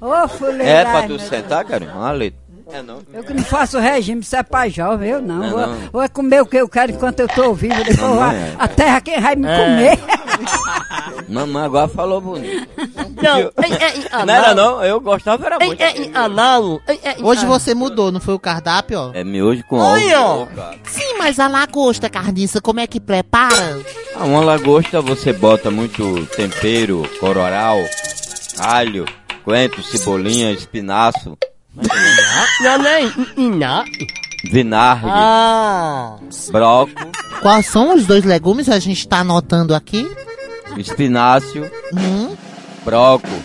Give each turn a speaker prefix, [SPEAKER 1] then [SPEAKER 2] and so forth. [SPEAKER 1] Ô, hum. fuleiragem.
[SPEAKER 2] É pra tu sentar, Carlinhos? Uma letra. É não.
[SPEAKER 1] Eu que não faço regime, isso é pra jovem, eu não. vou, vou comer o que eu quero enquanto eu tô vivo, depois
[SPEAKER 2] Não,
[SPEAKER 1] a,
[SPEAKER 2] não é.
[SPEAKER 1] a terra quem vai me
[SPEAKER 3] É.
[SPEAKER 1] comer.
[SPEAKER 2] Mamãe agora falou bonito.
[SPEAKER 4] Não, ei, ei, anal.
[SPEAKER 2] Não era não, eu gostava era
[SPEAKER 4] Ei,
[SPEAKER 2] muito.
[SPEAKER 4] ei, anal. Ei, ei,
[SPEAKER 3] Hoje
[SPEAKER 4] anal.
[SPEAKER 3] você mudou, não foi o cardápio, ó?
[SPEAKER 2] É miojo com
[SPEAKER 4] Olha, ó.
[SPEAKER 2] ovo. cara.
[SPEAKER 3] Sim, mas a lagosta, carniça, como é que prepara?
[SPEAKER 2] Ah, uma lagosta você bota muito tempero, cororal, alho, coentro, cebolinha, espinaço,
[SPEAKER 4] Não, nem. Não.
[SPEAKER 2] vinagre,
[SPEAKER 4] Ah.
[SPEAKER 2] brócolis,
[SPEAKER 3] Quais são os dois legumes a gente tá anotando aqui?
[SPEAKER 2] espinácio,
[SPEAKER 3] Hum?
[SPEAKER 2] brócolis.